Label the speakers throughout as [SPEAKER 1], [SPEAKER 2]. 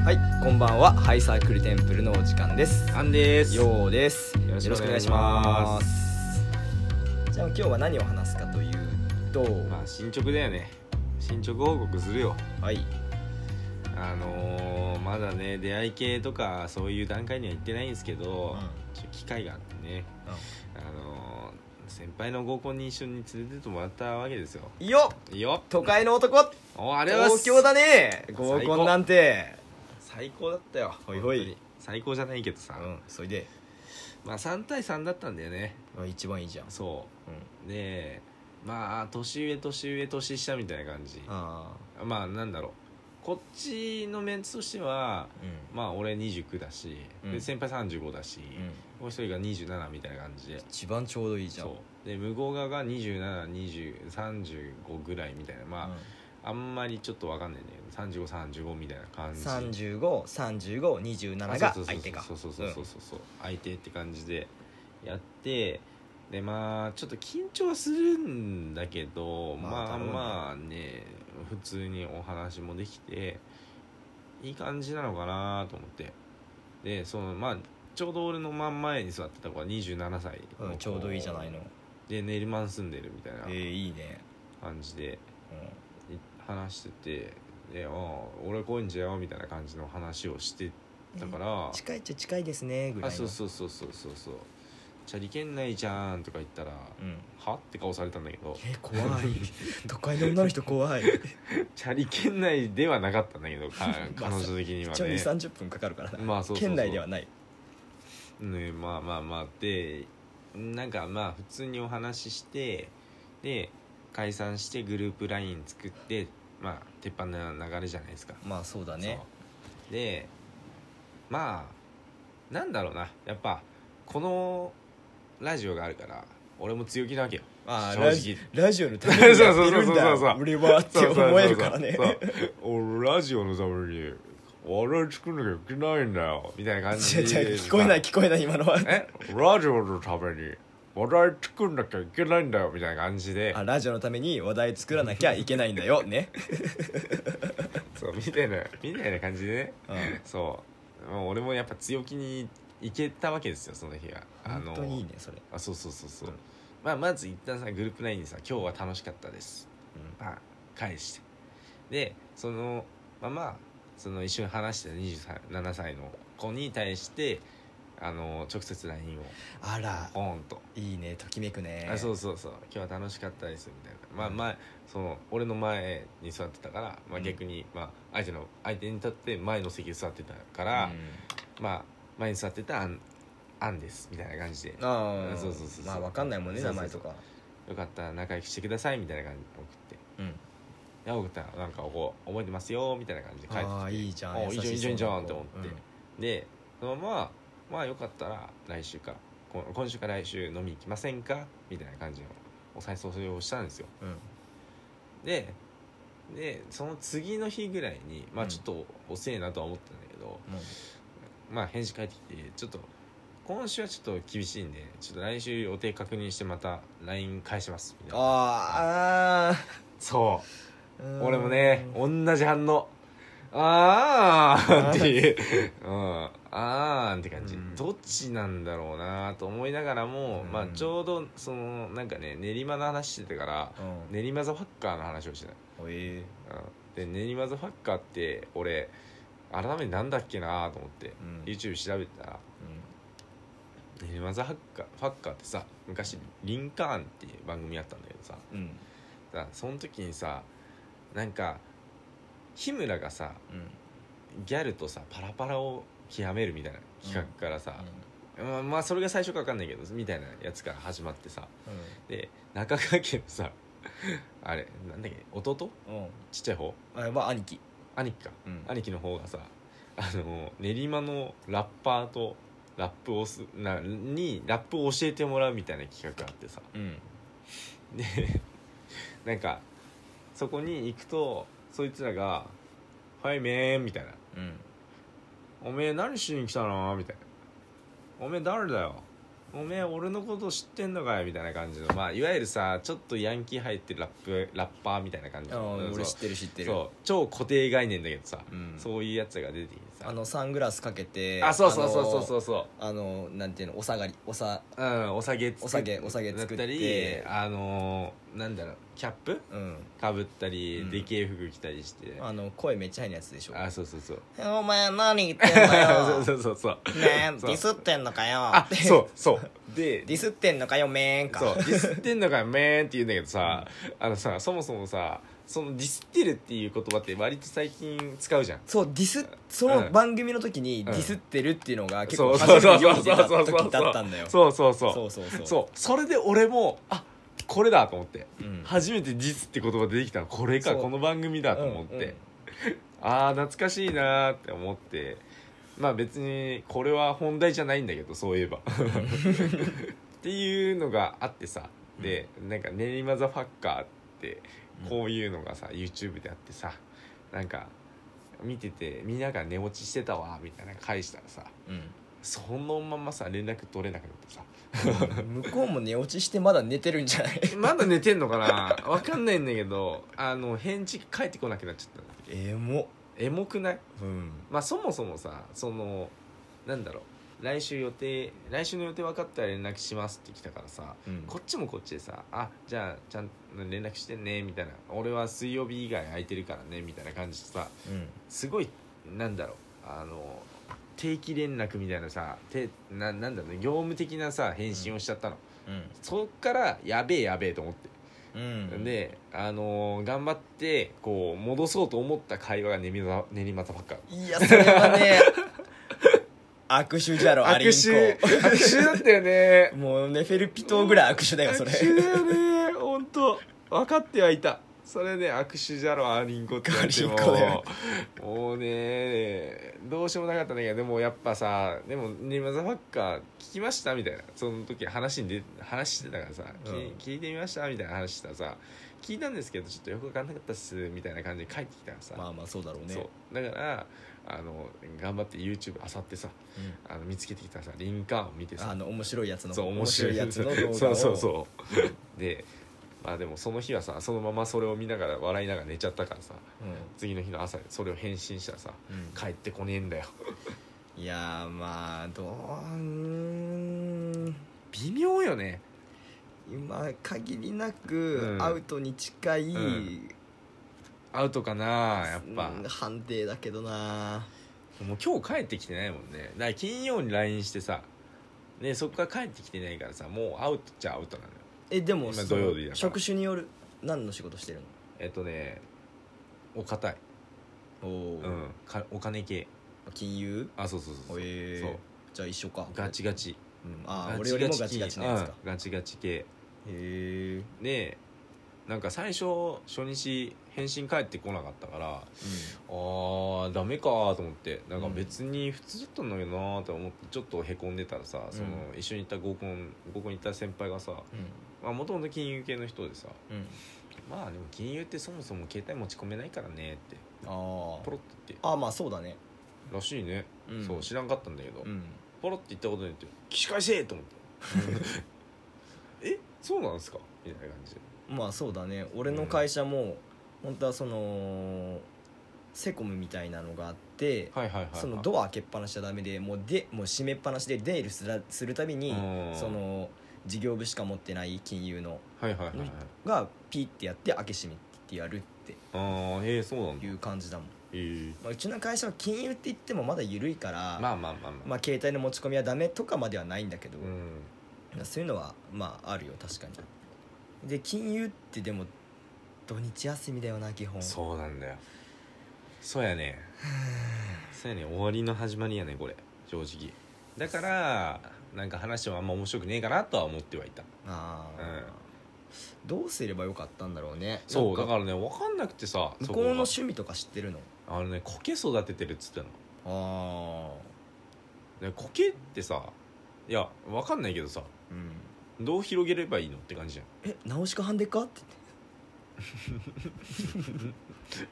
[SPEAKER 1] はい、こんばんは。ハイサークルテンプルのお時間です。
[SPEAKER 2] アンですよ
[SPEAKER 1] ようです。。
[SPEAKER 2] よろしくお願いします
[SPEAKER 1] じゃあ今日は何を話すかというと、
[SPEAKER 2] まあ進捗だよね進捗報告するよ
[SPEAKER 1] はい、
[SPEAKER 2] あのーまだね出会い系とかそういう段階には行ってないんですけど、
[SPEAKER 1] う
[SPEAKER 2] ちょっと機会があってねあのー先輩の合コンに一緒に連れてってもらったわけですよ
[SPEAKER 1] いいよ
[SPEAKER 2] いいよ
[SPEAKER 1] 都会の男
[SPEAKER 2] おあれは
[SPEAKER 1] 東京だね合
[SPEAKER 2] 最
[SPEAKER 1] コ
[SPEAKER 2] 高
[SPEAKER 1] ンなんて
[SPEAKER 2] 最高だったよ
[SPEAKER 1] ほいほい
[SPEAKER 2] 本当に最高じゃないけどさ、
[SPEAKER 1] うんそれで
[SPEAKER 2] まあ3対3だったんだよね
[SPEAKER 1] あ一番いいじゃん
[SPEAKER 2] そ
[SPEAKER 1] うん
[SPEAKER 2] うでまあ年上年上年下みたいな感じ
[SPEAKER 1] あ
[SPEAKER 2] まあなんだろうこっちのメンツとしては
[SPEAKER 1] あうん
[SPEAKER 2] まあ俺29だし、
[SPEAKER 1] うん
[SPEAKER 2] で先輩35だし、
[SPEAKER 1] うん
[SPEAKER 2] もう一人が27みたいな感じで
[SPEAKER 1] 一番ちょうどいいじゃん
[SPEAKER 2] そうで向こう側が272035ぐらいみたいなまあ、あんまりちょっとわかんないんだけど3535みたいな感じ
[SPEAKER 1] 三十五、三十五、二十七が相手か。
[SPEAKER 2] そうそうそうそうそうそうそうそうそう相手って感じでやってでまあちょっと緊張はするんだけど
[SPEAKER 1] まあ
[SPEAKER 2] まあ
[SPEAKER 1] だろうね
[SPEAKER 2] まあね普通にお話もできていい感じなのかなと思ってでそのまあちょうど俺の真ん前に座ってた子は27歳
[SPEAKER 1] うんうんちょうどいいじゃないの。
[SPEAKER 2] で練馬に住んでるみたい
[SPEAKER 1] え
[SPEAKER 2] な
[SPEAKER 1] ー、いいね。
[SPEAKER 2] 感じで
[SPEAKER 1] うん
[SPEAKER 2] い話しててでああ俺こういうんじゃよみたいな感じの話をしてたから
[SPEAKER 1] 近いっちゃ近いですねぐらい
[SPEAKER 2] あ
[SPEAKER 1] の
[SPEAKER 2] そうそうそうそうそうそうチャリ圏内じゃんとか言ったら、
[SPEAKER 1] うん
[SPEAKER 2] はって顔されたんだけど
[SPEAKER 1] え怖い 都会の女の人怖い
[SPEAKER 2] チャリ圏内ではなかったんだけどか
[SPEAKER 1] まあ
[SPEAKER 2] 彼女的には
[SPEAKER 1] ちょい
[SPEAKER 2] ね
[SPEAKER 1] 30分かかるからな、
[SPEAKER 2] まあそうそうそう
[SPEAKER 1] 県内ではない
[SPEAKER 2] ねまあまあまあでなんかまあ普通にお話ししてで解散してグループ LINE 作ってまあ鉄板な流れじゃないですか
[SPEAKER 1] まあそうだね
[SPEAKER 2] そうでまあなんだろうなやっぱこのラジオがあるから俺も強気なわけよ
[SPEAKER 1] まあ
[SPEAKER 2] 正
[SPEAKER 1] ラジ
[SPEAKER 2] 直
[SPEAKER 1] ラジオのためにやってるん
[SPEAKER 2] そうそうそうそうそう
[SPEAKER 1] だ俺はって思えるからね
[SPEAKER 2] そう俺ラジオのために笑い作んなきゃいけないんだよみたいな感 じ
[SPEAKER 1] 違う違う聞こえない聞こえない今のは
[SPEAKER 2] えラジオのために笑い作んなきゃいけないんだよみたいな感じで
[SPEAKER 1] あラジオのために話題作らなきゃいけないんだよね、
[SPEAKER 2] そうみたいなみたいな感じでね
[SPEAKER 1] うん、
[SPEAKER 2] そうもう俺もやっぱ強気にいけたわけですよその日は
[SPEAKER 1] 本当にいいねそれ、
[SPEAKER 2] あそうそうそうそう、
[SPEAKER 1] うん
[SPEAKER 2] まあまず一旦さグループ内にさ「今日は楽しかったです」まあ返してでそのまあまあその一緒に話した27歳の子に対してあの直接 LINE を
[SPEAKER 1] あら
[SPEAKER 2] ポーンと、
[SPEAKER 1] いいねときめくね
[SPEAKER 2] あそうそうそう今日は楽しかったですみたいなまあまあその俺の前に座ってたから、ま
[SPEAKER 1] う
[SPEAKER 2] あ、
[SPEAKER 1] ん
[SPEAKER 2] 逆に、まあ、相手の相手に立って前の席に座ってたか
[SPEAKER 1] うん
[SPEAKER 2] ら
[SPEAKER 1] あ、
[SPEAKER 2] まあ前に座ってたあんあんですみたいな感じで
[SPEAKER 1] あ
[SPEAKER 2] そうそうそうそう
[SPEAKER 1] まあわかんないもんね
[SPEAKER 2] そう
[SPEAKER 1] 名
[SPEAKER 2] そう
[SPEAKER 1] 前
[SPEAKER 2] そ
[SPEAKER 1] と
[SPEAKER 2] う
[SPEAKER 1] か
[SPEAKER 2] よかったら仲良くしてくださいみたいな感じで送って
[SPEAKER 1] うん
[SPEAKER 2] 「いや送ったらなんかこう覚えてますよ」みたいな感じで帰って
[SPEAKER 1] ああいいじゃん
[SPEAKER 2] お
[SPEAKER 1] 優
[SPEAKER 2] い
[SPEAKER 1] し
[SPEAKER 2] いじゃんいいじゃんいいじゃんって思っ
[SPEAKER 1] うん
[SPEAKER 2] てでそのまま「まあよかったら来週かこ今週か来週飲み行きませんか?」みたいな感じのお誘いをしたんですよ
[SPEAKER 1] うん
[SPEAKER 2] ででその次の日ぐらいにま
[SPEAKER 1] う
[SPEAKER 2] あ
[SPEAKER 1] ん
[SPEAKER 2] ちょっと遅えなとは思ったんだけど、
[SPEAKER 1] もう
[SPEAKER 2] まあ返事返ってきてちょっと今週はちょっと厳しいんでちょっと来週予定確認してまた LINE 返しますみたいな
[SPEAKER 1] あ
[SPEAKER 2] そう
[SPEAKER 1] ーあー
[SPEAKER 2] 俺もね同じ反応あーっていう、うん、あーって感じ、
[SPEAKER 1] うん
[SPEAKER 2] どっちなんだろうなと思いながらも、
[SPEAKER 1] うん
[SPEAKER 2] まあちょうどそのなんかね練馬の話してたから
[SPEAKER 1] うん
[SPEAKER 2] 練馬ザファッカーの話をして
[SPEAKER 1] おえ
[SPEAKER 2] た、うん、で練馬ザファッカーって俺改めてなんだっけなと思って
[SPEAKER 1] うん
[SPEAKER 2] YouTube 調べたら練馬ザファッカーファッカーってさ昔「リンカーン」っていう番組あったんだけどさ
[SPEAKER 1] うんうん
[SPEAKER 2] さその時にさなんか日村がさ
[SPEAKER 1] うん
[SPEAKER 2] ギャルとさパラパラを極めるみたいな企画からさ、まあまあそれが最初か分かんないけどみたいなやつから始まってさで中川家のさ あれなんだっけ弟
[SPEAKER 1] うんうん
[SPEAKER 2] ちっちゃい方
[SPEAKER 1] あまあ兄貴
[SPEAKER 2] 兄貴か
[SPEAKER 1] うん
[SPEAKER 2] 兄貴の方がさあの練馬のラッパーとラップをすなにラップを教えてもらうみたいな企画があってさ
[SPEAKER 1] うん
[SPEAKER 2] でなんかそこに行くとそいつらが「はいめーん」みたいな
[SPEAKER 1] うん
[SPEAKER 2] おめえ何しに来たのみたいな。おめえ誰だよ「おめえ俺のこと知ってんのかよ」みたいな感じの、まあ、いわゆるさちょっとヤンキー入ってるラップラッパーみたいな感じ
[SPEAKER 1] あ
[SPEAKER 2] のうん
[SPEAKER 1] 俺
[SPEAKER 2] そ
[SPEAKER 1] 知ってる知っ
[SPEAKER 2] う
[SPEAKER 1] てる
[SPEAKER 2] そう超固定概念だけどさ、
[SPEAKER 1] うん
[SPEAKER 2] そういうやつが出てきてさ
[SPEAKER 1] あのサングラスかけて
[SPEAKER 2] あそうそうそうそう
[SPEAKER 1] う
[SPEAKER 2] そうそう
[SPEAKER 1] あのなんていうのお下がりおさ
[SPEAKER 2] うん、お酒作っ
[SPEAKER 1] お酒お酒作って
[SPEAKER 2] だったりあのーなんだろうキャップ
[SPEAKER 1] うん
[SPEAKER 2] かぶったり、
[SPEAKER 1] うん
[SPEAKER 2] でけえ服着たりしてあ
[SPEAKER 1] あの声めっちゃ入るやつでしょ
[SPEAKER 2] そうそうそう
[SPEAKER 1] お前何言ってんだよ
[SPEAKER 2] そうそうそうそう
[SPEAKER 1] ねえデ
[SPEAKER 2] そう
[SPEAKER 1] ィスってんのかよ
[SPEAKER 2] あそうそうで
[SPEAKER 1] ディスってんのかよめーんか
[SPEAKER 2] そうディスってんのかよめーんって言うんだけどさ、あのさそもそもさそのディスってるっていう言葉って割と最近使うじゃん
[SPEAKER 1] そうディスそうの
[SPEAKER 2] ん
[SPEAKER 1] 番組の時に
[SPEAKER 2] ん
[SPEAKER 1] ディスってるっていうのが結
[SPEAKER 2] そ
[SPEAKER 1] 構
[SPEAKER 2] う
[SPEAKER 1] 初
[SPEAKER 2] そ
[SPEAKER 1] め
[SPEAKER 2] うそう
[SPEAKER 1] て世
[SPEAKER 2] そう
[SPEAKER 1] に出
[SPEAKER 2] そう
[SPEAKER 1] た
[SPEAKER 2] そう
[SPEAKER 1] 時だったんだよ
[SPEAKER 2] そうそうそう
[SPEAKER 1] そうそうそう
[SPEAKER 2] そうそれで俺もあこれだと思って、
[SPEAKER 1] うん
[SPEAKER 2] 初めて「実」って言葉出てきたのこれか
[SPEAKER 1] そう
[SPEAKER 2] この番組だと思って、
[SPEAKER 1] うんうん
[SPEAKER 2] ああ懐かしいなーって思ってまあ別にこれは本題じゃないんだけどそういえばっていうのがあってさでなんか「練馬ザファッカー」ってこういうのがさ YouTube であってさなんか見ててみんなが寝落ちしてたわみたいな返したらさそのままさ連絡取れなくなってさ
[SPEAKER 1] うん向こうも寝落ちしてまだ寝てるんじゃない
[SPEAKER 2] まだ寝てんのかなわかんないんだけどあの返事返ってこなくなっちゃったんだけ
[SPEAKER 1] エモ
[SPEAKER 2] エモくない
[SPEAKER 1] うん
[SPEAKER 2] まあそもそもさそのなんだろう来週予定来週の予定分かったら連絡しますって来たからさ
[SPEAKER 1] うん
[SPEAKER 2] こっちもこっちでさ「あじゃあちゃんと連絡してね」みたいな「俺は水曜日以外空いてるからね」みたいな感じでさ
[SPEAKER 1] うん
[SPEAKER 2] すごいなんだろうあの定期連絡みたいなさてななんだろうね業務的なさ返信をしちゃったの、そっからやべえやべえと思って。
[SPEAKER 1] うんうん
[SPEAKER 2] で、あのー頑張ってこう戻そうと思った会話が練馬練馬たばっか
[SPEAKER 1] いやそれは ね握手じゃろあれ
[SPEAKER 2] 握手握手だったよね
[SPEAKER 1] もうネフェルピトーぐらい握手だよそれ
[SPEAKER 2] 握手だよね本当分かってはいたそれで握手じゃろアリンコってやっても
[SPEAKER 1] アリンコだよ
[SPEAKER 2] もうねどうしようもなかったんだけどでもやっぱさでも「練馬ザファッカー聞きました?」みたいなその時話にで話してたからさ、き
[SPEAKER 1] うん
[SPEAKER 2] 聞いてみました?」みたいな話したらさ「聞いたんですけどちょっとよく分かんなかったっす」みたいな感じで帰ってきたらさ、
[SPEAKER 1] まあまあそうだろうね
[SPEAKER 2] そうだからあの頑張って YouTube あさってさ
[SPEAKER 1] うん
[SPEAKER 2] あの見つけてきたさリンカーンを見てさ
[SPEAKER 1] あの面白いやつの
[SPEAKER 2] そう面白い
[SPEAKER 1] やつの動画を
[SPEAKER 2] そうそうそうでまあでもその日はさそのままそれを見ながら笑いながら寝ちゃったからさ
[SPEAKER 1] う
[SPEAKER 2] 次の日の朝それを返信したらさ
[SPEAKER 1] んうん
[SPEAKER 2] 帰ってこねえんだよ
[SPEAKER 1] いやーまあどううーん
[SPEAKER 2] 微妙よね
[SPEAKER 1] 今限りな
[SPEAKER 2] う
[SPEAKER 1] く
[SPEAKER 2] ん
[SPEAKER 1] アウトに近い、
[SPEAKER 2] うんアウトかなやっぱ
[SPEAKER 1] うん判定だけどな
[SPEAKER 2] もう今日帰ってきてないもんねだから金曜に LINE してさねそこから帰ってきてないからさもうアウトっちゃアウトなのよ
[SPEAKER 1] えでも
[SPEAKER 2] 今
[SPEAKER 1] その
[SPEAKER 2] 土曜日だから
[SPEAKER 1] 職種による何の仕事してる
[SPEAKER 2] えっとねお堅い
[SPEAKER 1] のおお、
[SPEAKER 2] うんかお金系
[SPEAKER 1] 金融
[SPEAKER 2] あそうそうそうそう,、
[SPEAKER 1] へえ
[SPEAKER 2] そう
[SPEAKER 1] じゃあ一緒か
[SPEAKER 2] ガチガチ
[SPEAKER 1] うんああ俺よりもガチガチなやつか、
[SPEAKER 2] うんガチガチ系
[SPEAKER 1] へえ、
[SPEAKER 2] でなんか最初初日返信返ってこなかったからあーダメかと思ってなんか別に普通だったんだけどなーって思ってちょっとへこんでたらさ、その
[SPEAKER 1] う
[SPEAKER 2] 一緒に行った合コン合コン行った先輩がさ
[SPEAKER 1] う
[SPEAKER 2] もともと金融系の人でさ
[SPEAKER 1] んうんうん
[SPEAKER 2] まあでも金融ってそもそも携帯持ち込めないからねって
[SPEAKER 1] あ
[SPEAKER 2] ポロって言って
[SPEAKER 1] ああまあそうだね、
[SPEAKER 2] らしいね、
[SPEAKER 1] ん
[SPEAKER 2] そう知らんかったんだけど、
[SPEAKER 1] うん
[SPEAKER 2] ポロって言ったことによって「起死回生!」と思って「 えそうなんですか?」みたいな感じで
[SPEAKER 1] まあそうだね俺の会社も本当はそのセコムみたいなのがあって、
[SPEAKER 2] はいはいはいはい
[SPEAKER 1] そのドア開けっぱなしちゃダメでもうでもう閉めっぱなしで出入りするするたびに
[SPEAKER 2] うん
[SPEAKER 1] その事業部しか持ってない金融の
[SPEAKER 2] はいはいはいはい
[SPEAKER 1] がピッてやって開け閉めってやるっ
[SPEAKER 2] あーへえそうなん
[SPEAKER 1] て
[SPEAKER 2] だ
[SPEAKER 1] いう感じだもん、
[SPEAKER 2] え
[SPEAKER 1] まあ、うちの会社は金融って言ってもまだ緩いから、
[SPEAKER 2] まあまあまあまあ、
[SPEAKER 1] まあ、携帯の持ち込みはダメとかまではないんだけど、
[SPEAKER 2] うん
[SPEAKER 1] そういうのはまああるよ確かにで金融ってでも土日休みだよな基本
[SPEAKER 2] そうなんだよそうやねそうやね終わりの始まりやねこれ正直だからなんか話はあんま面白くねえかなとは思ってはいた
[SPEAKER 1] あー、どうすればよかったんだろうね
[SPEAKER 2] そう
[SPEAKER 1] な
[SPEAKER 2] だ
[SPEAKER 1] ん
[SPEAKER 2] からね分かんなくてさ
[SPEAKER 1] 向
[SPEAKER 2] そ
[SPEAKER 1] こう
[SPEAKER 2] こ
[SPEAKER 1] の
[SPEAKER 2] が
[SPEAKER 1] 趣味とか知ってるの
[SPEAKER 2] あのね苔育ててるっつってたの
[SPEAKER 1] あ
[SPEAKER 2] で苔ってさいや分かんないけどさ
[SPEAKER 1] あうん
[SPEAKER 2] どう広げればいいのって感じじゃん
[SPEAKER 1] えナウシカハンデかって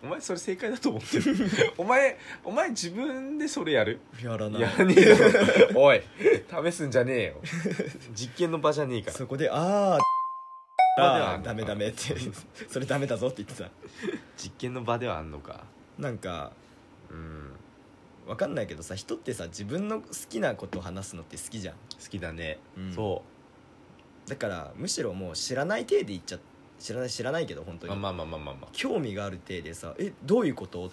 [SPEAKER 2] お前それ正解だと思っ てるお前お前自分でそれやる
[SPEAKER 1] やらない
[SPEAKER 2] やねえよ おい試すんじゃねえよ実験の場じゃねえから
[SPEAKER 1] そこで「あー
[SPEAKER 2] 場ではあ
[SPEAKER 1] あー
[SPEAKER 2] んのか
[SPEAKER 1] ダメダメ」って それダメだぞって言ってた
[SPEAKER 2] 実験の場ではあんのか
[SPEAKER 1] なんか
[SPEAKER 2] うん
[SPEAKER 1] わかんないけどさ人ってさ自分の好きなことを話すのって好きじゃん、
[SPEAKER 2] 好きだね、
[SPEAKER 1] う
[SPEAKER 2] そ
[SPEAKER 1] だからむしろもう知らない体で言っちゃ知らない知らないけど本当
[SPEAKER 2] う
[SPEAKER 1] に、
[SPEAKER 2] まあまあまあまあまあま
[SPEAKER 1] 興味がある体でさ「えどういうこと?」っ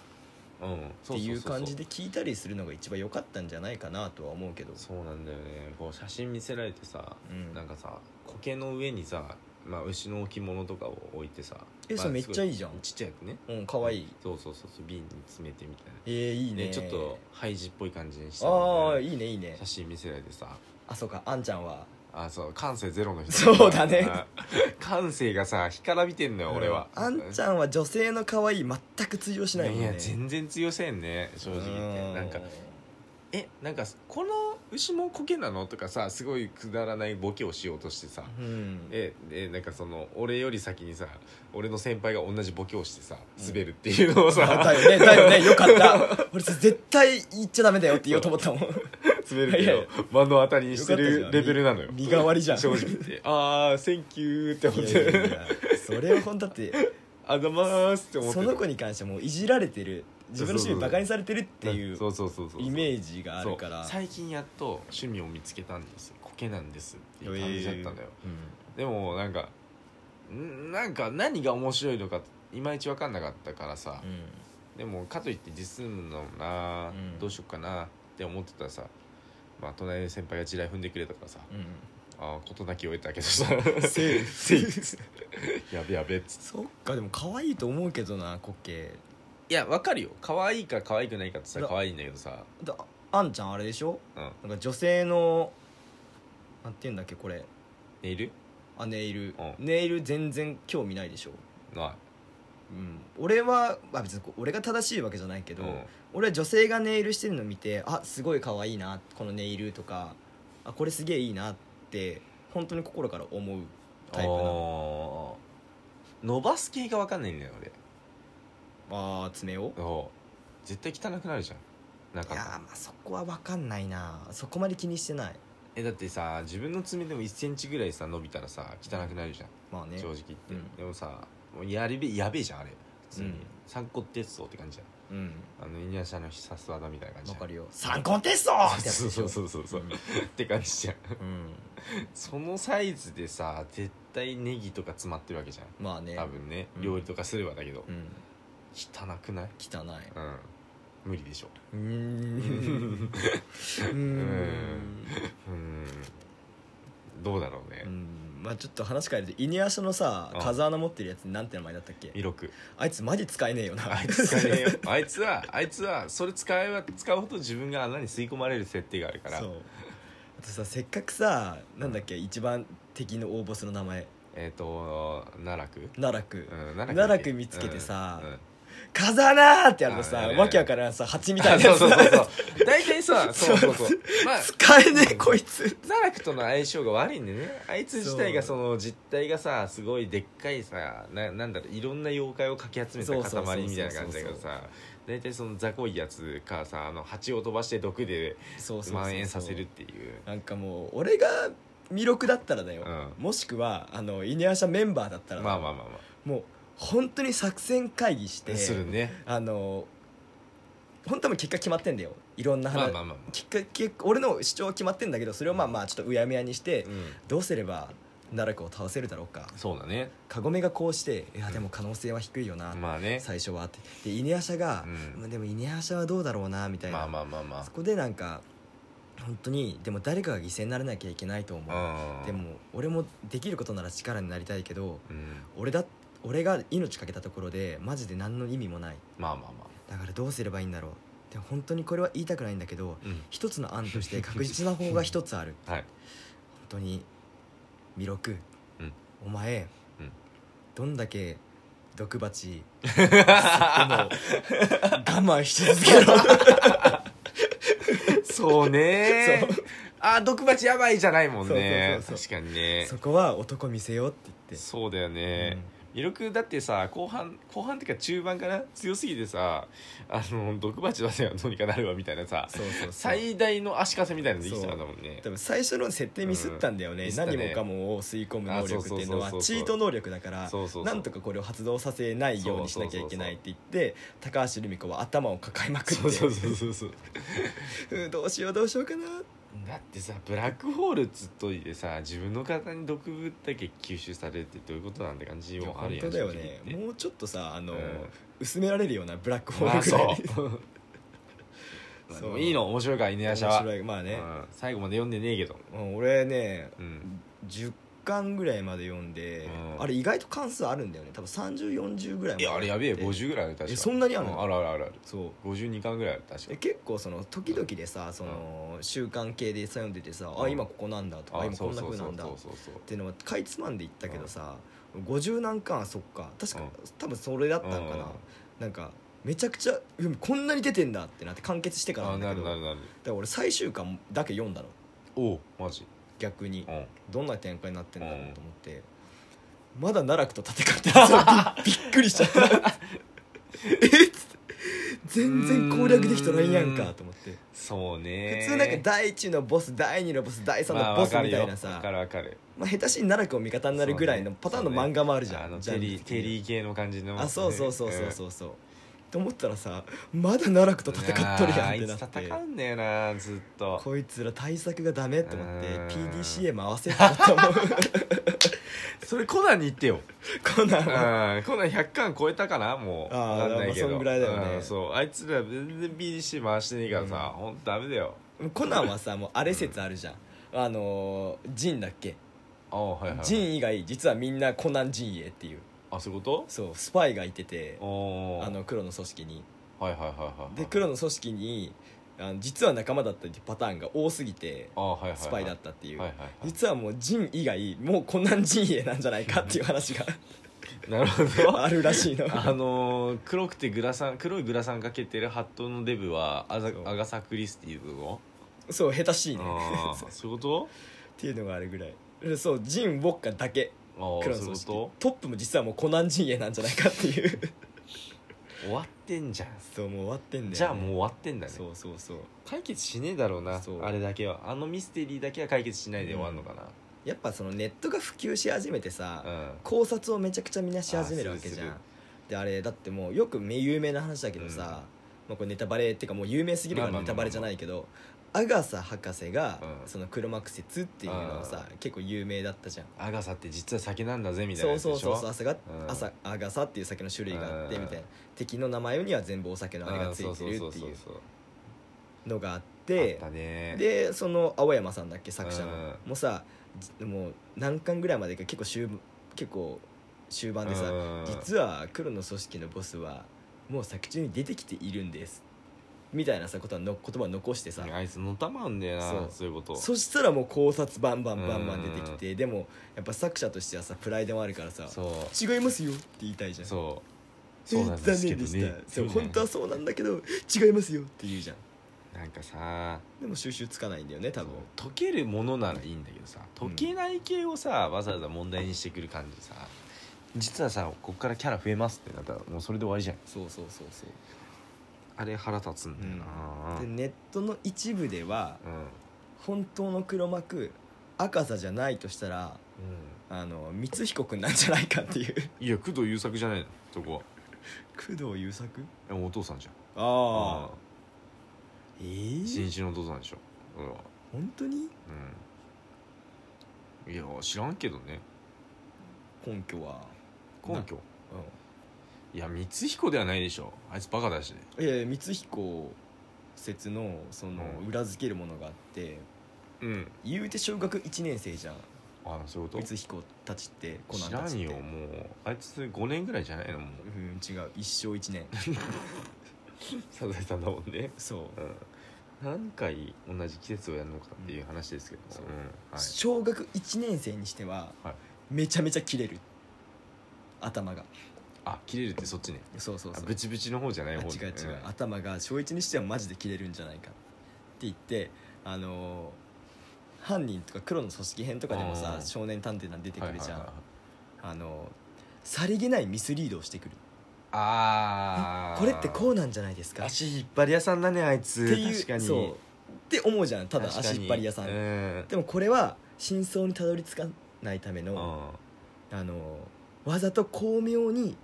[SPEAKER 2] あうんそ
[SPEAKER 1] て
[SPEAKER 2] そそそ
[SPEAKER 1] いう感じで聞いたりするのが一番良かったんじゃないかなとは思うけど
[SPEAKER 2] そうなんだよねこう写真見せられてさ
[SPEAKER 1] うん
[SPEAKER 2] なんかさ苔の上にさ、まあ、牛の置物とかを置いてさ
[SPEAKER 1] え
[SPEAKER 2] まあ
[SPEAKER 1] それめっちゃいいじゃん
[SPEAKER 2] すごちっちゃくね
[SPEAKER 1] うん可愛い
[SPEAKER 2] そうそうそうそう瓶に詰めてみたいな
[SPEAKER 1] えー、いいね
[SPEAKER 2] ねちょっとハイジっぽい感じにして
[SPEAKER 1] ああ
[SPEAKER 2] い
[SPEAKER 1] いいねいいね
[SPEAKER 2] 写真見せられてさ
[SPEAKER 1] あそうかあんちゃんは
[SPEAKER 2] あそう感性ゼロの人
[SPEAKER 1] そうだね
[SPEAKER 2] あ 感性がさ干からびてんのよ俺は、
[SPEAKER 1] うんあんちゃんは女性の可愛い全く通用しないもん
[SPEAKER 2] い
[SPEAKER 1] ね
[SPEAKER 2] や全然強せんね正直言ってなんか「えなんかこの牛も苔なの?」とかさすごいくだらないボケをしようとしてさ、
[SPEAKER 1] うん
[SPEAKER 2] ででなんかその俺より先にさ俺の先輩が同じボケをしてさ滑るっていう のを
[SPEAKER 1] あだ
[SPEAKER 2] さ、
[SPEAKER 1] よねだよねよかった俺それ絶対言っちゃダメだよって言おうと思ったもん
[SPEAKER 2] 滑るっていうのを目の当たりにして
[SPEAKER 1] よか
[SPEAKER 2] る
[SPEAKER 1] ったじ
[SPEAKER 2] レ
[SPEAKER 1] ゃん
[SPEAKER 2] ベルなのよ
[SPEAKER 1] 身身代わりじゃん
[SPEAKER 2] 正直言ってああセンキューって思
[SPEAKER 1] い
[SPEAKER 2] っ
[SPEAKER 1] やいやい
[SPEAKER 2] て
[SPEAKER 1] やそれは本当だって
[SPEAKER 2] あざまーすって思って
[SPEAKER 1] その子に関してはもういじられてる自分の趣味バカにされてるっていう
[SPEAKER 2] そうそうそうそう
[SPEAKER 1] イメージがあ
[SPEAKER 2] そう
[SPEAKER 1] るから
[SPEAKER 2] 最近やっと趣味を見つけたんです苔なんですっていう感じだったんだよ、でもなんかんなんか何が面白いのかいまいち分かんなかったからさ、
[SPEAKER 1] うんうん
[SPEAKER 2] でもかといって実すんのもな、
[SPEAKER 1] うん
[SPEAKER 2] どうしよっかなって思ってたらさまあ隣の先輩が地雷踏んでくれたからさああ事なきを得たけどさ
[SPEAKER 1] セ ーフ
[SPEAKER 2] セーフやべやべっつって
[SPEAKER 1] そっかでも可愛いと思うけどなコッケ
[SPEAKER 2] いやわかるよ可愛いか可愛くないかってさ可愛いんだけどさ
[SPEAKER 1] だあんちゃんあれでしょ
[SPEAKER 2] うん
[SPEAKER 1] なんか女性のなんて言うんだっけこれ
[SPEAKER 2] ネイル
[SPEAKER 1] あネイル、
[SPEAKER 2] うん
[SPEAKER 1] ネイル全然興味ないでしょ、
[SPEAKER 2] な
[SPEAKER 1] うん、俺は、まあ、別にこう俺が正しいわけじゃないけ
[SPEAKER 2] い
[SPEAKER 1] ど、
[SPEAKER 2] うん
[SPEAKER 1] 俺は女性がネイルしてるの見てあすごい可愛いなこのネイルとかあこれすげえいいなって本当に心から思うタイプなの
[SPEAKER 2] あー伸ばす系が分かんないんだよ俺
[SPEAKER 1] あー爪を
[SPEAKER 2] そう絶対汚くなるじゃんなん
[SPEAKER 1] いや
[SPEAKER 2] か
[SPEAKER 1] ーまあそこは分かんないなそこまで気にしてない
[SPEAKER 2] えだってさ自分の爪でも1センチぐらいさ伸びたらさ汚くなるじゃん
[SPEAKER 1] まあね
[SPEAKER 2] 正直言って、
[SPEAKER 1] うん
[SPEAKER 2] でもさもうやれべやべえじゃんあれ普通に、
[SPEAKER 1] うん
[SPEAKER 2] 三骨鉄道って感じじゃ
[SPEAKER 1] うん
[SPEAKER 2] んあのイニャシャの必殺技みたいな感
[SPEAKER 1] 分
[SPEAKER 2] じじゃん
[SPEAKER 1] かるよ「三コンテスト!」ってやつ
[SPEAKER 2] そう
[SPEAKER 1] でし
[SPEAKER 2] そ
[SPEAKER 1] ょ
[SPEAKER 2] うそうそうそう、
[SPEAKER 1] うん
[SPEAKER 2] って感じじゃん
[SPEAKER 1] うん
[SPEAKER 2] そのサイズでさ絶対ネギとか詰まってるわけじゃん
[SPEAKER 1] まあね
[SPEAKER 2] 多分ね、
[SPEAKER 1] うん
[SPEAKER 2] 料理とかすればだけど、
[SPEAKER 1] うん
[SPEAKER 2] 汚くない
[SPEAKER 1] 汚い
[SPEAKER 2] うん無理でしょ
[SPEAKER 1] うー んうーん
[SPEAKER 2] うんどうだろうね、
[SPEAKER 1] うんまあちょっと話変えるとイニアシャのさ
[SPEAKER 2] うん
[SPEAKER 1] 風穴持ってるやつなんて名前だったっけ
[SPEAKER 2] 魅力
[SPEAKER 1] あいつマジ使えねえよな
[SPEAKER 2] あいつ使え ねえよ あいつはあいつはそれ使えば使うほど自分が穴に吸い込まれる設定があるから
[SPEAKER 1] そうあとさせっかくさなんだっけ一番敵の大ボスの名前
[SPEAKER 2] えっ、と奈良区
[SPEAKER 1] 奈落
[SPEAKER 2] うん
[SPEAKER 1] 奈良く見つけてさ
[SPEAKER 2] うんうん
[SPEAKER 1] 「風穴!」ってやると
[SPEAKER 2] ああ
[SPEAKER 1] さ
[SPEAKER 2] れ
[SPEAKER 1] わけわからんさ蜂みた
[SPEAKER 2] あ
[SPEAKER 1] いな
[SPEAKER 2] そ
[SPEAKER 1] やつ
[SPEAKER 2] う そうそうそう
[SPEAKER 1] さ
[SPEAKER 2] 大体さそうそうそうま あ
[SPEAKER 1] 使えねえこいつ
[SPEAKER 2] 奈良くとの相性が悪いんでねあいつ自体が
[SPEAKER 1] そ
[SPEAKER 2] その実体がさすごいでっかいさななんだろういろんな妖怪をかき集めた
[SPEAKER 1] そうそうそう
[SPEAKER 2] 塊みたいな感じだけどさ大体その雑魚いやつかさあの蜂を飛ばして毒で
[SPEAKER 1] そうそうそうそう
[SPEAKER 2] 蔓延させるっていう
[SPEAKER 1] なんかもう俺が弥勒だったらだよ
[SPEAKER 2] う
[SPEAKER 1] もしくはあのイニアシャメンバーだったら
[SPEAKER 2] まあまあまあま
[SPEAKER 1] もう本当に作戦会議して
[SPEAKER 2] あするね
[SPEAKER 1] あの本当はもう結果決まってんだよいろんな
[SPEAKER 2] まあま
[SPEAKER 1] 話
[SPEAKER 2] あまあまあ
[SPEAKER 1] 結果結果俺の主張は決まってんだけどそれをまあまあちょっとうやむやにして、
[SPEAKER 2] うん
[SPEAKER 1] どうすれば奈落を倒せるだろうか
[SPEAKER 2] そうだね
[SPEAKER 1] カゴメがこうしていやでも可能性は低いよな、
[SPEAKER 2] まあね
[SPEAKER 1] 最初はってでイネアシャが、
[SPEAKER 2] うん
[SPEAKER 1] まあでもイネアシャはどうだろうなみたいな、
[SPEAKER 2] まあまあまあま
[SPEAKER 1] そこでなんか本当にでも誰かが犠牲にならなきゃいけないと思う、
[SPEAKER 2] あうん
[SPEAKER 1] でも俺もできることなら力になりたいけど
[SPEAKER 2] うん
[SPEAKER 1] 俺だ俺が命かけたところでマジで何の意味もない
[SPEAKER 2] まあまあま
[SPEAKER 1] だからどうすればいいんだろうでも本当にこれは言いたくないんだけど
[SPEAKER 2] あうん
[SPEAKER 1] 一つの案と して確実な方が一つある
[SPEAKER 2] はい
[SPEAKER 1] 本当に弥勒、
[SPEAKER 2] うん
[SPEAKER 1] お前、
[SPEAKER 2] うん
[SPEAKER 1] どんだけ毒 鉢吸っても我慢し続けろ
[SPEAKER 2] そうね
[SPEAKER 1] そ
[SPEAKER 2] あ毒鉢やばいじゃないもんね
[SPEAKER 1] そうそうそうそう
[SPEAKER 2] 確かにね
[SPEAKER 1] そこは男見せようって言って
[SPEAKER 2] そうだよね、魅力だってさ後半後半っていうか中盤かな強すぎてさあの毒鉢出せばどうにかなるわみたいなさ
[SPEAKER 1] そうそうそう
[SPEAKER 2] 最大の足かせみたいなのできたんだもんね
[SPEAKER 1] 多分最初の設定ミスったんだよね,、
[SPEAKER 2] うんミスったね
[SPEAKER 1] 何もかもを吸い込む能力っていうのは
[SPEAKER 2] あそうそうそうそう
[SPEAKER 1] チート能力だから
[SPEAKER 2] そうそうそう
[SPEAKER 1] なんとかこれを発動させないようにしなきゃいけないって言って高橋留美子は頭を抱えまくって
[SPEAKER 2] そうそうそうそうそう
[SPEAKER 1] うんどうしようどうしようかな
[SPEAKER 2] だってさブラックホールっつっといてさ自分の体に毒物だけ吸収されるってどういうことなんだ感じ
[SPEAKER 1] いや
[SPEAKER 2] もあ
[SPEAKER 1] 本
[SPEAKER 2] るやん
[SPEAKER 1] 当だよ
[SPEAKER 2] 正直
[SPEAKER 1] ね
[SPEAKER 2] 言って
[SPEAKER 1] もうちょっとさあの、
[SPEAKER 2] うん
[SPEAKER 1] 薄められるようなブラックホ
[SPEAKER 2] ま
[SPEAKER 1] ー
[SPEAKER 2] あ
[SPEAKER 1] ル
[SPEAKER 2] そ
[SPEAKER 1] ぐ
[SPEAKER 2] う
[SPEAKER 1] らい
[SPEAKER 2] ま
[SPEAKER 1] そ
[SPEAKER 2] あ
[SPEAKER 1] う
[SPEAKER 2] でもいいの面白いから犬
[SPEAKER 1] 面
[SPEAKER 2] 夜叉は
[SPEAKER 1] 白いまあね、
[SPEAKER 2] うん最後まで読んでねえけど
[SPEAKER 1] うん俺ね
[SPEAKER 2] うん
[SPEAKER 1] 10巻ぐらいまで読んで、
[SPEAKER 2] うん
[SPEAKER 1] あれ意外と関数あるんだよね多分3040ぐらいま
[SPEAKER 2] い
[SPEAKER 1] で
[SPEAKER 2] やあれやべえ
[SPEAKER 1] で
[SPEAKER 2] 50ぐらいある確か
[SPEAKER 1] えそんなにあるの
[SPEAKER 2] うんあるあるあるある
[SPEAKER 1] そう
[SPEAKER 2] 52巻ぐらいある確か
[SPEAKER 1] え結構その時々でさその習慣系でさ読んでてさ、
[SPEAKER 2] う
[SPEAKER 1] あ
[SPEAKER 2] ん
[SPEAKER 1] 今ここなんだとか
[SPEAKER 2] あ
[SPEAKER 1] 今こんな風なんだっ
[SPEAKER 2] そうそうそうそう
[SPEAKER 1] ていうのはかいつまんでいったけどさ、50何巻あそっか確か、
[SPEAKER 2] うん
[SPEAKER 1] 多分それだったのかな、
[SPEAKER 2] うん
[SPEAKER 1] なんかめちゃくちゃうんこんなに出てんだってなって完結してから
[SPEAKER 2] あ
[SPEAKER 1] なんだ
[SPEAKER 2] な
[SPEAKER 1] け
[SPEAKER 2] る
[SPEAKER 1] ど
[SPEAKER 2] なる
[SPEAKER 1] だか
[SPEAKER 2] なる
[SPEAKER 1] ら俺最終巻だけ読んだの
[SPEAKER 2] おうマジ
[SPEAKER 1] 逆に
[SPEAKER 2] うん
[SPEAKER 1] どんな展開になってんだろう
[SPEAKER 2] うん
[SPEAKER 1] と思って、まだ奈落と戦ってたさ びっくりしちゃ ったえっつって全然攻略できてないやんかと思って
[SPEAKER 2] そうね
[SPEAKER 1] 普通なんか第1のボス第2のボス第3
[SPEAKER 2] まあ
[SPEAKER 1] のボス
[SPEAKER 2] わかる
[SPEAKER 1] み
[SPEAKER 2] よ
[SPEAKER 1] たいなさ、
[SPEAKER 2] わかるわかる
[SPEAKER 1] まあ、下手しに奈落を味方になるぐらいのパターンの漫画もあるじゃ
[SPEAKER 2] あ
[SPEAKER 1] ん、
[SPEAKER 2] の
[SPEAKER 1] ジャ
[SPEAKER 2] テ
[SPEAKER 1] ンル
[SPEAKER 2] リー
[SPEAKER 1] 的に
[SPEAKER 2] テリー系の感じの
[SPEAKER 1] あそうそうそうそう
[SPEAKER 2] う
[SPEAKER 1] そうそうと思ったらさまだ奈落と戦っとるやんってなっ
[SPEAKER 2] あいつ
[SPEAKER 1] て
[SPEAKER 2] 戦うんだよなずっと
[SPEAKER 1] こいつら対策がダメと思って
[SPEAKER 2] うん
[SPEAKER 1] PDCA 回せって思ったもん
[SPEAKER 2] それコナンに言って よ
[SPEAKER 1] コナン
[SPEAKER 2] うん、コ
[SPEAKER 1] は
[SPEAKER 2] ナン100巻超えたかなもう
[SPEAKER 1] あー
[SPEAKER 2] わかんないけど
[SPEAKER 1] まあそんぐらいだよね
[SPEAKER 2] うんそうあいつら全然 BDC 回してねえからさ、ほんとダメだよ
[SPEAKER 1] コナンはさもうあれ説あるじゃんあのージンだっけ
[SPEAKER 2] ああはいはいはい
[SPEAKER 1] ジン以外実はみんなコナン陣営っていう
[SPEAKER 2] あそういうこと
[SPEAKER 1] そうスパイがいてて
[SPEAKER 2] おー
[SPEAKER 1] あの黒の組織に
[SPEAKER 2] はいはいはいはい
[SPEAKER 1] で黒の組織にあの実は仲間だったっていうパターンが多すぎて
[SPEAKER 2] あーはいはいはい
[SPEAKER 1] スパイだったっていう、
[SPEAKER 2] はいはいはい
[SPEAKER 1] 実はもうジン以外もうコナン陣営なんじゃないかっていう話 が
[SPEAKER 2] なるほど
[SPEAKER 1] あるらしいの
[SPEAKER 2] あのー黒くてグラサン黒いグラサンかけてるハットのデブはアザ
[SPEAKER 1] そう
[SPEAKER 2] アガサ・クリスティーの
[SPEAKER 1] そう下手しいね
[SPEAKER 2] あ
[SPEAKER 1] そう
[SPEAKER 2] ー
[SPEAKER 1] っ
[SPEAKER 2] そういうこと
[SPEAKER 1] ていうのがあるぐらいでそうジンウォッカだけ
[SPEAKER 2] あー
[SPEAKER 1] 黒の
[SPEAKER 2] そうい
[SPEAKER 1] 組
[SPEAKER 2] う
[SPEAKER 1] 織
[SPEAKER 2] こ
[SPEAKER 1] トップも実はもうコナン陣営なんじゃないかっていう
[SPEAKER 2] と終わってんじゃん
[SPEAKER 1] そうもう終わってんだよ、ね、
[SPEAKER 2] じゃあもう終わってんだね
[SPEAKER 1] そうそうそう
[SPEAKER 2] 解決しねえだろうな
[SPEAKER 1] そう
[SPEAKER 2] あれだけはあのミステリーだけは解決しないで終わるのか
[SPEAKER 1] やっぱそのネットが普及し始めてさ、
[SPEAKER 2] なうん
[SPEAKER 1] 考察をめちゃくちゃみんなし始めるわけじゃ
[SPEAKER 2] あ
[SPEAKER 1] ん
[SPEAKER 2] す
[SPEAKER 1] であれだってもうよく有名な話だけどさ、
[SPEAKER 2] うん
[SPEAKER 1] まあ、これネタバレっていうかもう有名すぎるから
[SPEAKER 2] まあまあまあま
[SPEAKER 1] ネタ
[SPEAKER 2] あ
[SPEAKER 1] バレじゃないけどアガサ博士が
[SPEAKER 2] うん
[SPEAKER 1] その黒幕説っていうのをさ結構有名だったじゃん
[SPEAKER 2] アガサって実は酒なんだぜみたいな
[SPEAKER 1] そ
[SPEAKER 2] や
[SPEAKER 1] う
[SPEAKER 2] つで
[SPEAKER 1] そう
[SPEAKER 2] し
[SPEAKER 1] そうそ
[SPEAKER 2] ょ
[SPEAKER 1] う朝が、
[SPEAKER 2] うん
[SPEAKER 1] 朝アガサっていう酒の種類があって
[SPEAKER 2] うん
[SPEAKER 1] みたいな敵の名前には全部お酒のあれがついてる
[SPEAKER 2] あーそうそう
[SPEAKER 1] って
[SPEAKER 2] そうそ
[SPEAKER 1] いう
[SPEAKER 2] そう
[SPEAKER 1] のがあっ
[SPEAKER 2] あってたね
[SPEAKER 1] でその青山さんだっけ作者の
[SPEAKER 2] うん
[SPEAKER 1] もうさじもう何巻ぐらいまでか結構終結構終盤でさ
[SPEAKER 2] うん
[SPEAKER 1] 実は黒の組織のボスはもう作中に出てきているんですみたいなさことはの言葉を残してさ
[SPEAKER 2] あいつのたまんだよな
[SPEAKER 1] そう
[SPEAKER 2] そういうこと
[SPEAKER 1] そしたらもう考察バンバンバンバン出てきてでもやっぱ作者としてはさプライドもあるからさ
[SPEAKER 2] そう
[SPEAKER 1] 違いますよって言いたいじゃん
[SPEAKER 2] そう
[SPEAKER 1] え
[SPEAKER 2] そうなんですけ
[SPEAKER 1] 残念
[SPEAKER 2] ど
[SPEAKER 1] でした
[SPEAKER 2] ね
[SPEAKER 1] そう
[SPEAKER 2] そう
[SPEAKER 1] 本当はそうなんだけど違いますよって言うじゃん
[SPEAKER 2] なんかさ
[SPEAKER 1] でも収集つかないんだよね多分
[SPEAKER 2] そう解けるものならいいんだけどさ
[SPEAKER 1] うん
[SPEAKER 2] 解けない系をさわざわざ問題にしてくる感じさ実はさこっからキャラ増えますってなったらもうそれで終わりじゃん
[SPEAKER 1] そうそうそうそう
[SPEAKER 2] あれ腹立つんだよな
[SPEAKER 1] でネットの一部では
[SPEAKER 2] うん
[SPEAKER 1] 本当の黒幕赤座じゃないとしたらあの光彦君なんじゃないかっていう
[SPEAKER 2] うんいや工藤優作じゃないのそこは
[SPEAKER 1] 工藤優作
[SPEAKER 2] えお父さんじゃん
[SPEAKER 1] ああ
[SPEAKER 2] う
[SPEAKER 1] ええ
[SPEAKER 2] ん新
[SPEAKER 1] ー、
[SPEAKER 2] 一のお父さんでしょそれは
[SPEAKER 1] 本当に
[SPEAKER 2] うんいや知らんけどね
[SPEAKER 1] 根拠は
[SPEAKER 2] 根拠いや光彦ではないでしょあいつバカだし
[SPEAKER 1] うんいやいや光彦説のその
[SPEAKER 2] うん
[SPEAKER 1] 裏付けるものがあって
[SPEAKER 2] うん
[SPEAKER 1] 言うて小学1年生じゃん
[SPEAKER 2] あそういうこと
[SPEAKER 1] 光彦たちってコナン
[SPEAKER 2] 知
[SPEAKER 1] た
[SPEAKER 2] ら
[SPEAKER 1] ち
[SPEAKER 2] ん
[SPEAKER 1] って
[SPEAKER 2] よもうあいつ5年ぐらいじゃないのもう
[SPEAKER 1] うん違う一生一年
[SPEAKER 2] サザエさんだもんね
[SPEAKER 1] そう、
[SPEAKER 2] うん何回同じ季節をやるのかっていう話ですけど
[SPEAKER 1] そう
[SPEAKER 2] うんはい
[SPEAKER 1] 小学1年生にしては、
[SPEAKER 2] はい
[SPEAKER 1] めちゃめちゃ切れる頭が
[SPEAKER 2] あ切れるってそっちね
[SPEAKER 1] そうそう
[SPEAKER 2] あ
[SPEAKER 1] そう
[SPEAKER 2] ブチブチの方じゃない
[SPEAKER 1] あ
[SPEAKER 2] 方ね
[SPEAKER 1] 違う違う、
[SPEAKER 2] ん
[SPEAKER 1] 頭が小1にしてはマジで切れるんじゃないかって言ってあのー犯人とか黒の組織編とかでも
[SPEAKER 2] う
[SPEAKER 1] さ
[SPEAKER 2] ん
[SPEAKER 1] 少年探偵団出てくるじゃん、
[SPEAKER 2] はいはいはい
[SPEAKER 1] あのーさりげないミスリードをしてくる
[SPEAKER 2] ああ
[SPEAKER 1] これってこうなんじゃないですかっ
[SPEAKER 2] 足引っ張り屋さんだねあいつ
[SPEAKER 1] ていう
[SPEAKER 2] 確かに
[SPEAKER 1] そうって思うじゃんただ
[SPEAKER 2] 確か
[SPEAKER 1] 足
[SPEAKER 2] に
[SPEAKER 1] 引っ張り屋さん
[SPEAKER 2] うん
[SPEAKER 1] でもこれは真相にたどり着かないため
[SPEAKER 2] う
[SPEAKER 1] の
[SPEAKER 2] ん
[SPEAKER 1] あのわざと巧妙に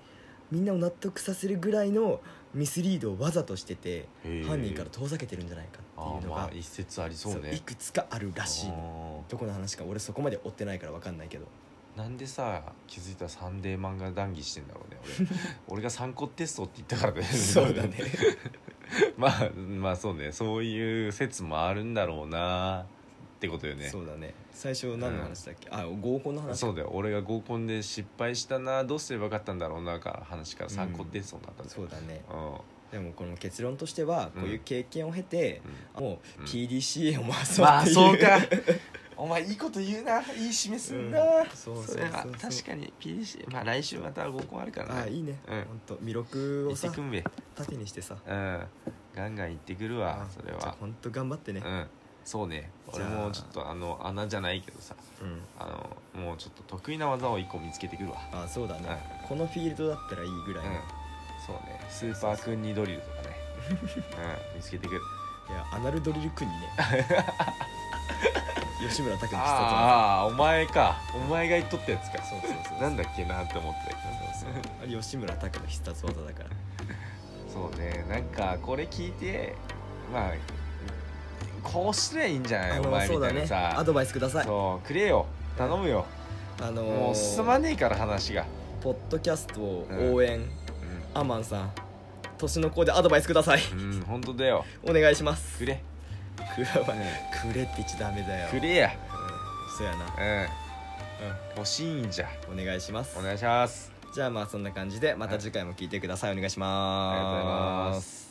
[SPEAKER 1] みんなを納得させるぐらいのミスリードをわざとしてて
[SPEAKER 2] へー
[SPEAKER 1] 犯人から遠ざけてるんじゃないかって
[SPEAKER 2] あ
[SPEAKER 1] い
[SPEAKER 2] ー
[SPEAKER 1] うの
[SPEAKER 2] ま
[SPEAKER 1] が
[SPEAKER 2] あ一説ありそう
[SPEAKER 1] そうい
[SPEAKER 2] ね
[SPEAKER 1] くつかあるらしいのどこの話か俺そこまで追ってないから分かんないけ ど
[SPEAKER 2] あーなんでさ気づいたらサンデー漫画談義してんだろうね 俺俺が参考テストって言ったからね まあまあそうねそういう説もあるんだろうなってことよね
[SPEAKER 1] そうだね最初何の話だっけ、あ合コンの話
[SPEAKER 2] そうだよ俺が合コンで失敗したなどうすればよかったんだろうなから話から参考テストになったんだよ
[SPEAKER 1] そうだね
[SPEAKER 2] うん
[SPEAKER 1] でもこの結論としては
[SPEAKER 2] うん
[SPEAKER 1] こういう経験を経て、
[SPEAKER 2] うん
[SPEAKER 1] もう
[SPEAKER 2] うん
[SPEAKER 1] PDCA を回そう
[SPEAKER 2] ま
[SPEAKER 1] っ
[SPEAKER 2] あ
[SPEAKER 1] ていう、
[SPEAKER 2] そうかお前いいこと言うないい示すんだ、
[SPEAKER 1] うんそうそうそうそう
[SPEAKER 2] れは確かに PDC まあ来週また合コンあるか ら
[SPEAKER 1] ああいいね、
[SPEAKER 2] うん
[SPEAKER 1] ほんと魅力を
[SPEAKER 2] 行って
[SPEAKER 1] さ
[SPEAKER 2] くんべうん
[SPEAKER 1] 縦にしてさ
[SPEAKER 2] ガンガン行ってくるわそれ
[SPEAKER 1] じゃあ
[SPEAKER 2] は
[SPEAKER 1] ほんと頑張ってね
[SPEAKER 2] う、んそうね
[SPEAKER 1] じ
[SPEAKER 2] 俺
[SPEAKER 1] ゃあ
[SPEAKER 2] もちょっとあの穴じゃないけどさ
[SPEAKER 1] うん
[SPEAKER 2] あのもうちょっと得意な技を一個見つけてくるわ
[SPEAKER 1] ああそうだね、このフィールドだったらいいぐら
[SPEAKER 2] う
[SPEAKER 1] い
[SPEAKER 2] ん
[SPEAKER 1] の、い
[SPEAKER 2] そうねスーパークンニドリルとかねうん見つけてくる
[SPEAKER 1] やアナルドリル君 にね吉村拓にしてた
[SPEAKER 2] ああお前かお前が言っとったやつか
[SPEAKER 1] そうそうそう
[SPEAKER 2] なんだっけなって思ってたけど
[SPEAKER 1] そうそうあれ吉村拓の必殺技だから
[SPEAKER 2] そうねなんかこれ聞いてまあこうすりゃいいんじゃない
[SPEAKER 1] あ
[SPEAKER 2] お
[SPEAKER 1] の
[SPEAKER 2] 前
[SPEAKER 1] そ
[SPEAKER 2] み
[SPEAKER 1] う
[SPEAKER 2] た
[SPEAKER 1] だ
[SPEAKER 2] いな
[SPEAKER 1] ね
[SPEAKER 2] さ
[SPEAKER 1] アドバイスください
[SPEAKER 2] そうくれよ頼むよ
[SPEAKER 1] あのー
[SPEAKER 2] もう進まねえから話が
[SPEAKER 1] ポッドキャストを応援、
[SPEAKER 2] う
[SPEAKER 1] アマンさん年の子でアドバイスください
[SPEAKER 2] ん、うん、本当だよ
[SPEAKER 1] お願いします
[SPEAKER 2] くれ
[SPEAKER 1] くれはねくれって言っちゃダメだよ
[SPEAKER 2] くれや
[SPEAKER 1] そうやな
[SPEAKER 2] うん、欲しいんじゃ
[SPEAKER 1] お願いします
[SPEAKER 2] お願いします
[SPEAKER 1] じゃあまあそんな感じでまた次回も聞いてくださいお願いします
[SPEAKER 2] ありがとうございます